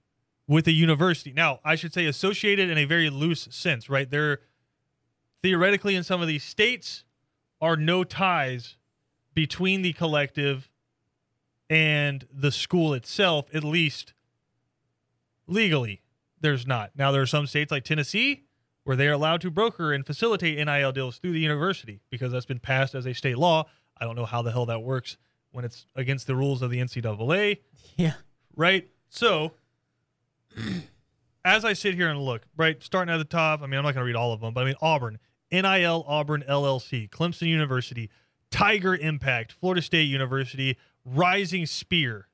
Speaker 1: with a university. Now, I should say associated in a very loose sense, right? There theoretically in some of these states are no ties between the collective and the school itself, at least legally. There's not. Now there are some states like Tennessee where they are allowed to broker and facilitate NIL deals through the university because that's been passed as a state law. I don't know how the hell that works when it's against the rules of the NCAA,
Speaker 2: Yeah.
Speaker 1: right? So as I sit here and look, right, starting at the top, I mean, I'm not going to read all of them, but I mean, Auburn, NIL Auburn LLC, Clemson University, Tiger Impact, Florida State University, Rising Spear.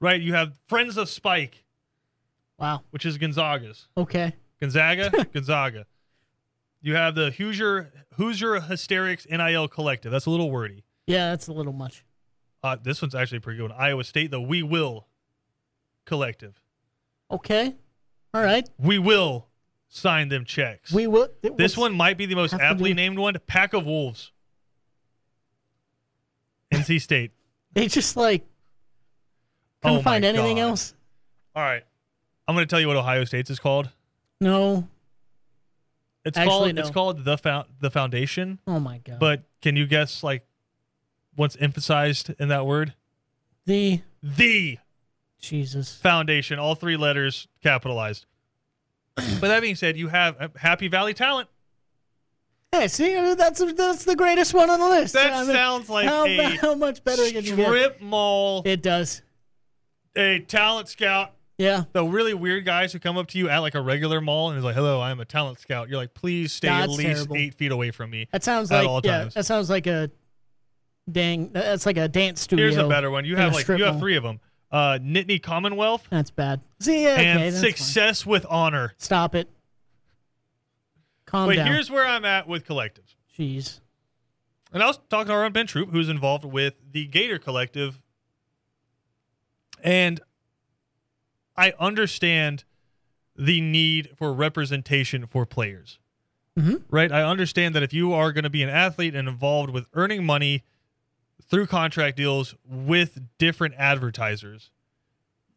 Speaker 1: Right, you have Friends of Spike,
Speaker 2: Wow.
Speaker 1: which is Gonzaga's.
Speaker 2: Okay.
Speaker 1: Gonzaga, Gonzaga. You have the Hoosier Hoosier Hysterics NIL Collective. That's a little wordy.
Speaker 2: Yeah, that's a little much.
Speaker 1: Uh, this one's actually pretty good. Iowa State, the We Will Collective.
Speaker 2: Okay. All right.
Speaker 1: We will sign them checks.
Speaker 2: We will. it
Speaker 1: This
Speaker 2: was-
Speaker 1: one might be the most
Speaker 2: have to
Speaker 1: aptly
Speaker 2: be-
Speaker 1: named one. Pack of Wolves. NC State.
Speaker 2: They just like
Speaker 1: Oh
Speaker 2: couldn't
Speaker 1: my
Speaker 2: find anything
Speaker 1: God.
Speaker 2: else.
Speaker 1: All right. I'm going to tell you what Ohio State's is called.
Speaker 2: No.
Speaker 1: It's
Speaker 2: Actually,
Speaker 1: called it's
Speaker 2: no.
Speaker 1: called the Fou- the foundation.
Speaker 2: Oh my god.
Speaker 1: But can you guess like what's emphasized in that word?
Speaker 2: the
Speaker 1: The
Speaker 2: Jesus.
Speaker 1: foundation. All three letters capitalized. but that being said, you have uh, Happy Valley Talent.
Speaker 2: Hey, see, I mean, that's that's the greatest one on the list.
Speaker 1: That
Speaker 2: I mean,
Speaker 1: sounds like
Speaker 2: how,
Speaker 1: a
Speaker 2: how much better can you get?
Speaker 1: strip mall,
Speaker 2: It does.
Speaker 1: a talent scout
Speaker 2: Yeah.
Speaker 1: the really weird guys who come up to you at like a regular mall and is like, "Hello, I am a talent scout." You're like, "Please stay
Speaker 2: Nah,
Speaker 1: at
Speaker 2: it's
Speaker 1: least
Speaker 2: terrible.
Speaker 1: eight feet away from me."
Speaker 2: That sounds
Speaker 1: At
Speaker 2: like
Speaker 1: all
Speaker 2: yeah.
Speaker 1: times.
Speaker 2: That sounds like a dang. that- That's like a dance studio.
Speaker 1: Here's a better one. You
Speaker 2: in a
Speaker 1: have like
Speaker 2: strip
Speaker 1: you have
Speaker 2: mall.
Speaker 1: three of them: uh, Nittany Commonwealth
Speaker 2: That's bad. See, yeah, okay,
Speaker 1: and
Speaker 2: that's fine.
Speaker 1: Success with Honor.
Speaker 2: Stop it. Calm
Speaker 1: but
Speaker 2: down.
Speaker 1: here's where I'm at with collectives.
Speaker 2: Jeez.
Speaker 1: And I was talking to our own Ben Troop, who's involved with the Gator Collective. And I understand the need for representation for players.
Speaker 2: Mhm.
Speaker 1: Right? I understand that if you are going to be an athlete and involved with earning money through contract deals with different advertisers,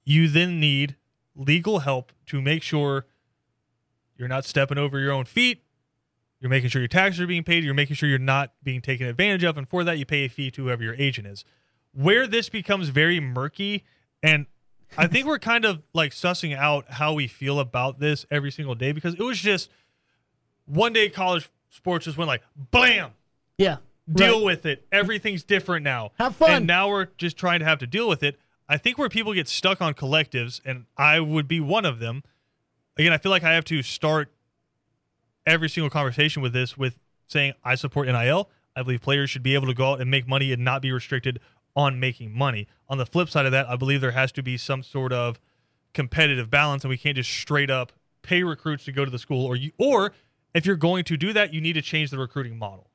Speaker 1: you then need legal help to make sure you're not stepping over your own feet, you're making sure your taxes are being paid. You're making sure you're not being taken advantage of. And for that, you pay a fee to whoever your agent is. Where this becomes very murky, and I think we're kind of like sussing out how we feel about this every single day because it was just one day college sports just went like, blam,
Speaker 2: Yeah.
Speaker 1: deal
Speaker 2: Right.
Speaker 1: with it. Everything's different now.
Speaker 2: Have fun.
Speaker 1: And now we're just trying to have to deal with it. I think where people get stuck on collectives, and I would be one of them. Again, I feel like I have to start every single conversation with this with saying I support NIL. I believe players should be able to go out and make money and not be restricted on making money. On the flip side of that, I believe there has to be some sort of competitive balance, and we can't just straight up pay recruits to go to the school. Or you, or if you're going to do that, you need to change the recruiting model.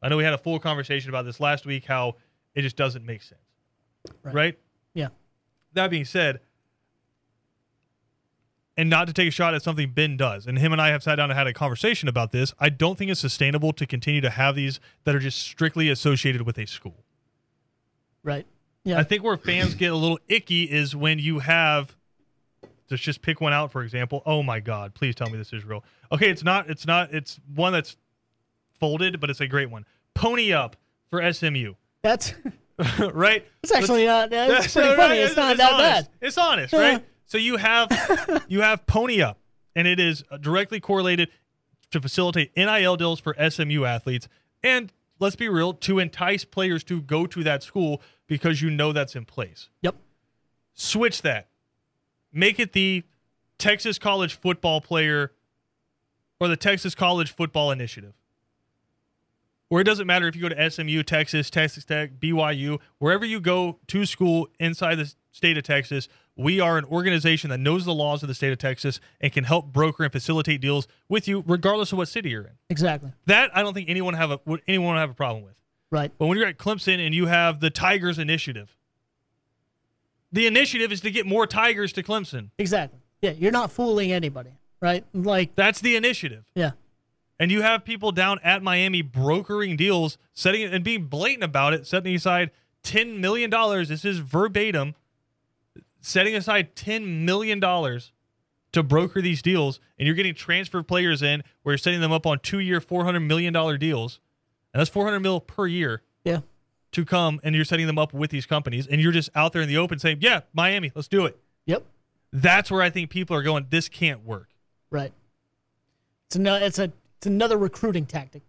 Speaker 1: I know we had a full conversation about this last week, how it just doesn't make sense.
Speaker 2: Right.
Speaker 1: right?
Speaker 2: Yeah.
Speaker 1: That being said, and not to take a shot at something Ben does, and him and I have sat down and had a conversation about this, I don't think it's sustainable to continue to have these that are just strictly associated with a school.
Speaker 2: Right. Yeah.
Speaker 1: I think where fans get a little icky is when you have let's just pick one out, for example. Oh my god, please tell me this is real. Okay, it's not it's not it's one that's folded, but it's a great one. Pony up for SMU.
Speaker 2: that's
Speaker 1: right?
Speaker 2: that's actually not. That's,
Speaker 1: That's
Speaker 2: pretty
Speaker 1: all
Speaker 2: funny.
Speaker 1: right.
Speaker 2: It's, not that
Speaker 1: honest.
Speaker 2: bad. Uh-huh.
Speaker 1: It's honest,
Speaker 2: Yeah.
Speaker 1: right? So you have you have Pony Up, and it is uh, directly correlated to facilitate NIL deals for SMU athletes, and let's be real, to entice players to go to that school because you know that's in place.
Speaker 2: Yep.
Speaker 1: Switch that, make it the Texas college football player or the Texas college football initiative. Where it doesn't matter if you go to SMU, Texas, Texas Tech, BYU, wherever you go to school inside the state of Texas, we are an organization that knows the laws of the state of Texas and can help broker and facilitate deals with you, regardless of what city you're in.
Speaker 2: Exactly.
Speaker 1: That I don't think anyone have a would anyone have a problem with.
Speaker 2: Right.
Speaker 1: But when you're at Clemson and you have the Tigers initiative, the initiative is to get more Tigers to Clemson.
Speaker 2: Exactly. Yeah. You're not fooling anybody. Right. Like.
Speaker 1: That's the initiative.
Speaker 2: Yeah.
Speaker 1: And you have people down at Miami brokering deals, setting it and being blatant about it, setting aside $10 million. This is verbatim. Setting aside $10 million to broker these deals, and you're getting transfer players in where you're setting them up on two year, $400 million deals. And that's 400 mil per year
Speaker 2: Yeah.
Speaker 1: to come, and you're setting them up with these companies, and you're just out there in the open saying, Yeah, Miami, let's do it.
Speaker 2: Yep.
Speaker 1: That's where I think people are going, This can't work.
Speaker 2: Right. It's another. It's a. It's another recruiting tactic,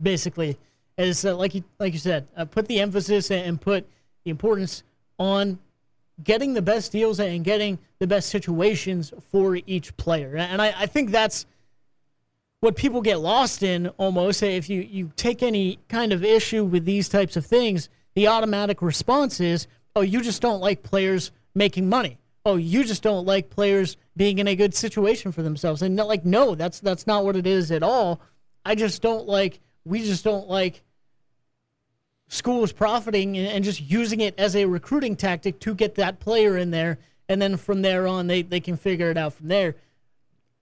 Speaker 2: basically. Is uh, like you like you said, uh, put the emphasis and, and put the importance on getting the best deals and getting the best situations for each player. And I, I think that's what people get lost in almost. If you, you take any kind of issue with these types of things, the automatic response is, oh, you just don't like players making money. Oh, you just don't like players being in a good situation for themselves. And not like, no, that's that's not what it is at all. I just don't like we just don't like schools profiting and, and just using it as a recruiting tactic to get that player in there and then from there on they, they can figure it out from there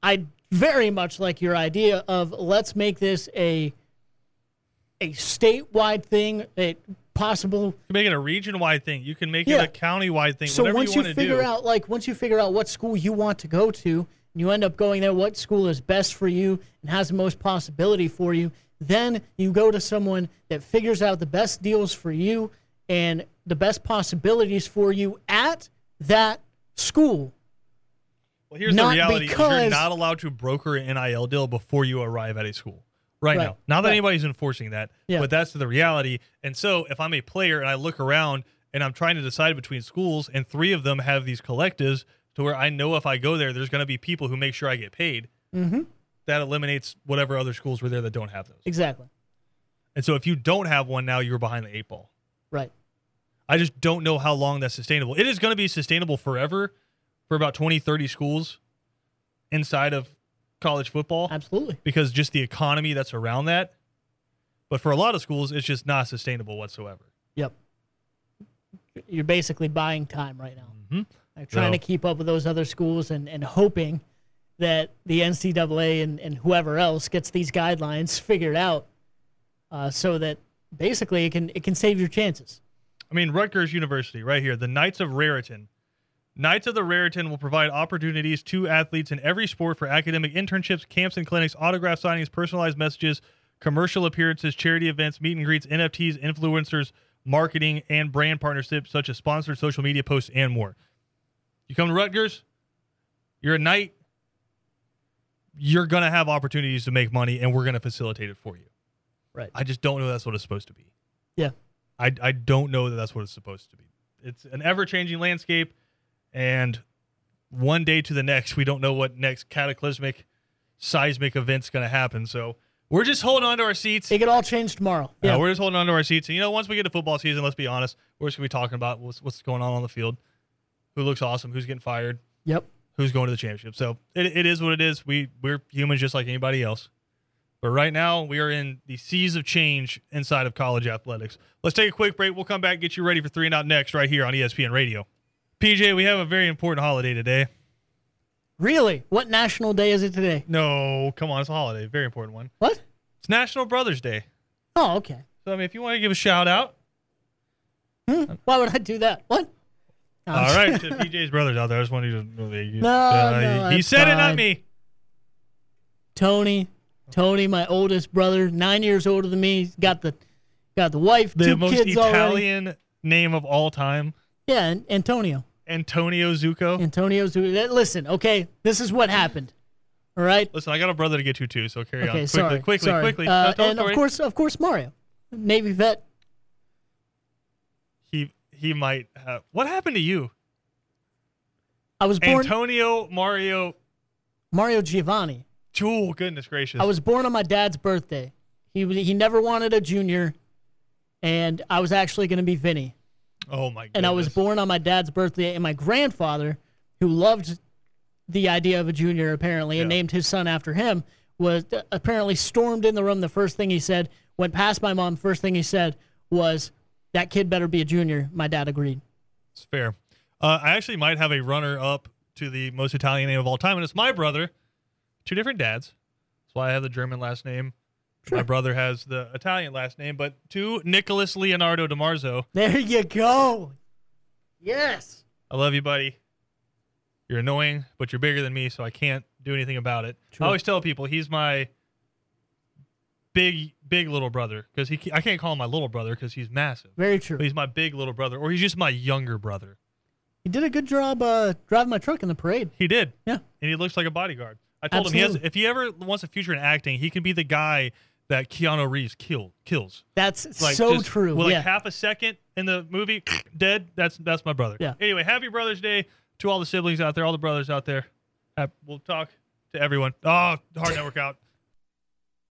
Speaker 2: i very much like your idea of let's make this a a statewide thing a possible
Speaker 1: You can make it a region wide thing, you can make
Speaker 2: Yeah.
Speaker 1: it a county wide thing,
Speaker 2: so
Speaker 1: whatever
Speaker 2: once
Speaker 1: you
Speaker 2: you,
Speaker 1: want to
Speaker 2: figure
Speaker 1: do.
Speaker 2: out like once you figure out what school you want to go to and you end up going there what school is best for you and has the most possibility for you then you go to someone that figures out the best deals for you and the best possibilities for you at that school
Speaker 1: Well, here's the
Speaker 2: Not
Speaker 1: reality: is you're
Speaker 2: because-
Speaker 1: not allowed to broker an NIL deal before you arrive at a school. Right,
Speaker 2: Right,
Speaker 1: now, not that
Speaker 2: right.
Speaker 1: anybody's enforcing that,
Speaker 2: Yeah.
Speaker 1: but that's the reality. And so, if I'm a player and I look around and I'm trying to decide between schools, and three of them have these collectives to where I know if I go there, there's going to be people who make sure I get paid. Mm-hmm. That eliminates whatever other schools were there that don't have those.
Speaker 2: exactly
Speaker 1: And so, if you don't have one now, you're behind the eight ball.
Speaker 2: right
Speaker 1: I just don't know how long that's sustainable. It is going to be sustainable forever for about 20, 30 schools inside of college football
Speaker 2: absolutely
Speaker 1: because just the economy that's around that. But for a lot of schools, it's just not sustainable whatsoever.
Speaker 2: yep you're basically buying time right now
Speaker 1: Mhm.
Speaker 2: like trying
Speaker 1: No.
Speaker 2: to keep up with those other schools and, and hoping that the NCAA and, and whoever else gets these guidelines figured out uh, so that basically it can it can save your chances.
Speaker 1: I mean, Rutgers University, right here, the Knights of Raritan. Knights of the Raritan will provide opportunities to athletes in every sport for academic internships, camps and clinics, autograph signings, personalized messages, commercial appearances, charity events, meet and greets, NFTs, influencers, marketing, and brand partnerships such as sponsored social media posts and more. You come to Rutgers, you're a knight, you're going to have opportunities to make money, and we're going to facilitate it for you.
Speaker 2: Right.
Speaker 1: I just don't know that's what it's supposed to be.
Speaker 2: Yeah.
Speaker 1: I, I don't know that that's what it's supposed to be. It's an ever changing landscape, and one day to the next, we don't know what next cataclysmic, seismic event's going to happen. So we're just holding on to our seats.
Speaker 2: It could all change tomorrow.
Speaker 1: Uh,
Speaker 2: Yeah.
Speaker 1: we're just holding on to our seats. And, you know, once we get to football season, let's be honest, we're just going to be talking about what's, what's going on on the field, who looks awesome, who's getting fired,
Speaker 2: yep.
Speaker 1: who's going to the championship. So it, it is what it is. We, we're humans just like anybody else. But right now, we are in the seas of change inside of college athletics. Let's take a quick break. We'll come back, get you ready for three and out next, right here on E ESPN Radio. PJ, we have a very important holiday today.
Speaker 2: Really? What national day is it today?
Speaker 1: No, come on, it's a holiday, very important one.
Speaker 2: What?
Speaker 1: It's National Brothers Day.
Speaker 2: Oh, okay. Hmm?
Speaker 1: So I mean, if you want to give a shout out,
Speaker 2: Why would I do that? What? No, I'm
Speaker 1: Uh, all
Speaker 2: just-
Speaker 1: right, to PJ's brothers out there. I just wanted you to know that you- uh,
Speaker 2: No, no,
Speaker 1: he
Speaker 2: that's
Speaker 1: said it, not
Speaker 2: fine.
Speaker 1: me.
Speaker 2: Tony, Tony, my oldest brother, nine years older than me, he's got the got the wife,
Speaker 1: The
Speaker 2: two
Speaker 1: most
Speaker 2: kids already.
Speaker 1: Italian name of all time,
Speaker 2: Yeah, and Antonio.
Speaker 1: Antonio Zucco.
Speaker 2: Antonio's. Listen, okay, this is what happened. All right.
Speaker 1: Listen, I got a brother to get to too, so carry on
Speaker 2: Okay.
Speaker 1: quickly,
Speaker 2: sorry.
Speaker 1: quickly,
Speaker 2: sorry.
Speaker 1: quickly. No,
Speaker 2: Uh,
Speaker 1: don't
Speaker 2: and of
Speaker 1: worry.
Speaker 2: course, of course, Mario, Navy vet.
Speaker 1: he he might have. What happened to you?
Speaker 2: I was born
Speaker 1: Antonio Mario.
Speaker 2: Mario Giovanni.
Speaker 1: Oh goodness gracious!
Speaker 2: I was born on my dad's birthday. He was- he never wanted a junior, and I was actually going to be Vinny.
Speaker 1: oh my. Goodness.
Speaker 2: and I was born on my dad's birthday. And my grandfather, who loved the idea of a junior apparently and
Speaker 1: Yeah.
Speaker 2: named his son after him, was apparently stormed in the room. The first thing he said went past my mom. First thing he said was that kid better be a junior. My dad agreed.
Speaker 1: It's fair. Uh, I actually might have a runner up to the most Italian name of all time, and it's my brother. Two different dads. That's why I have the German last name. My brother has the Italian last name, but two Nicholas Leonardo DiMarzo.
Speaker 2: There you go. Yes.
Speaker 1: I love you, buddy. You're annoying, but you're bigger than me, so I can't do anything about it.
Speaker 2: True.
Speaker 1: I always tell people he's my big, big little brother because he ca- I can't call him my little brother because he's massive.
Speaker 2: Very true.
Speaker 1: But he's my big little brother, or he's just my younger brother.
Speaker 2: He did a good job uh, driving my truck in the parade.
Speaker 1: He did.
Speaker 2: Yeah.
Speaker 1: and he looks like a bodyguard. I told him he has,
Speaker 2: Absolutely.
Speaker 1: if he ever wants a future in acting, he can be the guy that Keanu Reeves killed kills.
Speaker 2: That's
Speaker 1: Like
Speaker 2: so
Speaker 1: just-
Speaker 2: true.
Speaker 1: Well, like
Speaker 2: yeah.
Speaker 1: half a second in the movie, dead. That's that's my brother.
Speaker 2: Yeah.
Speaker 1: Anyway, happy Brothers Day Uh, to all the siblings out there, all the brothers out there. Hap- We'll talk to everyone. Oh, hard network out.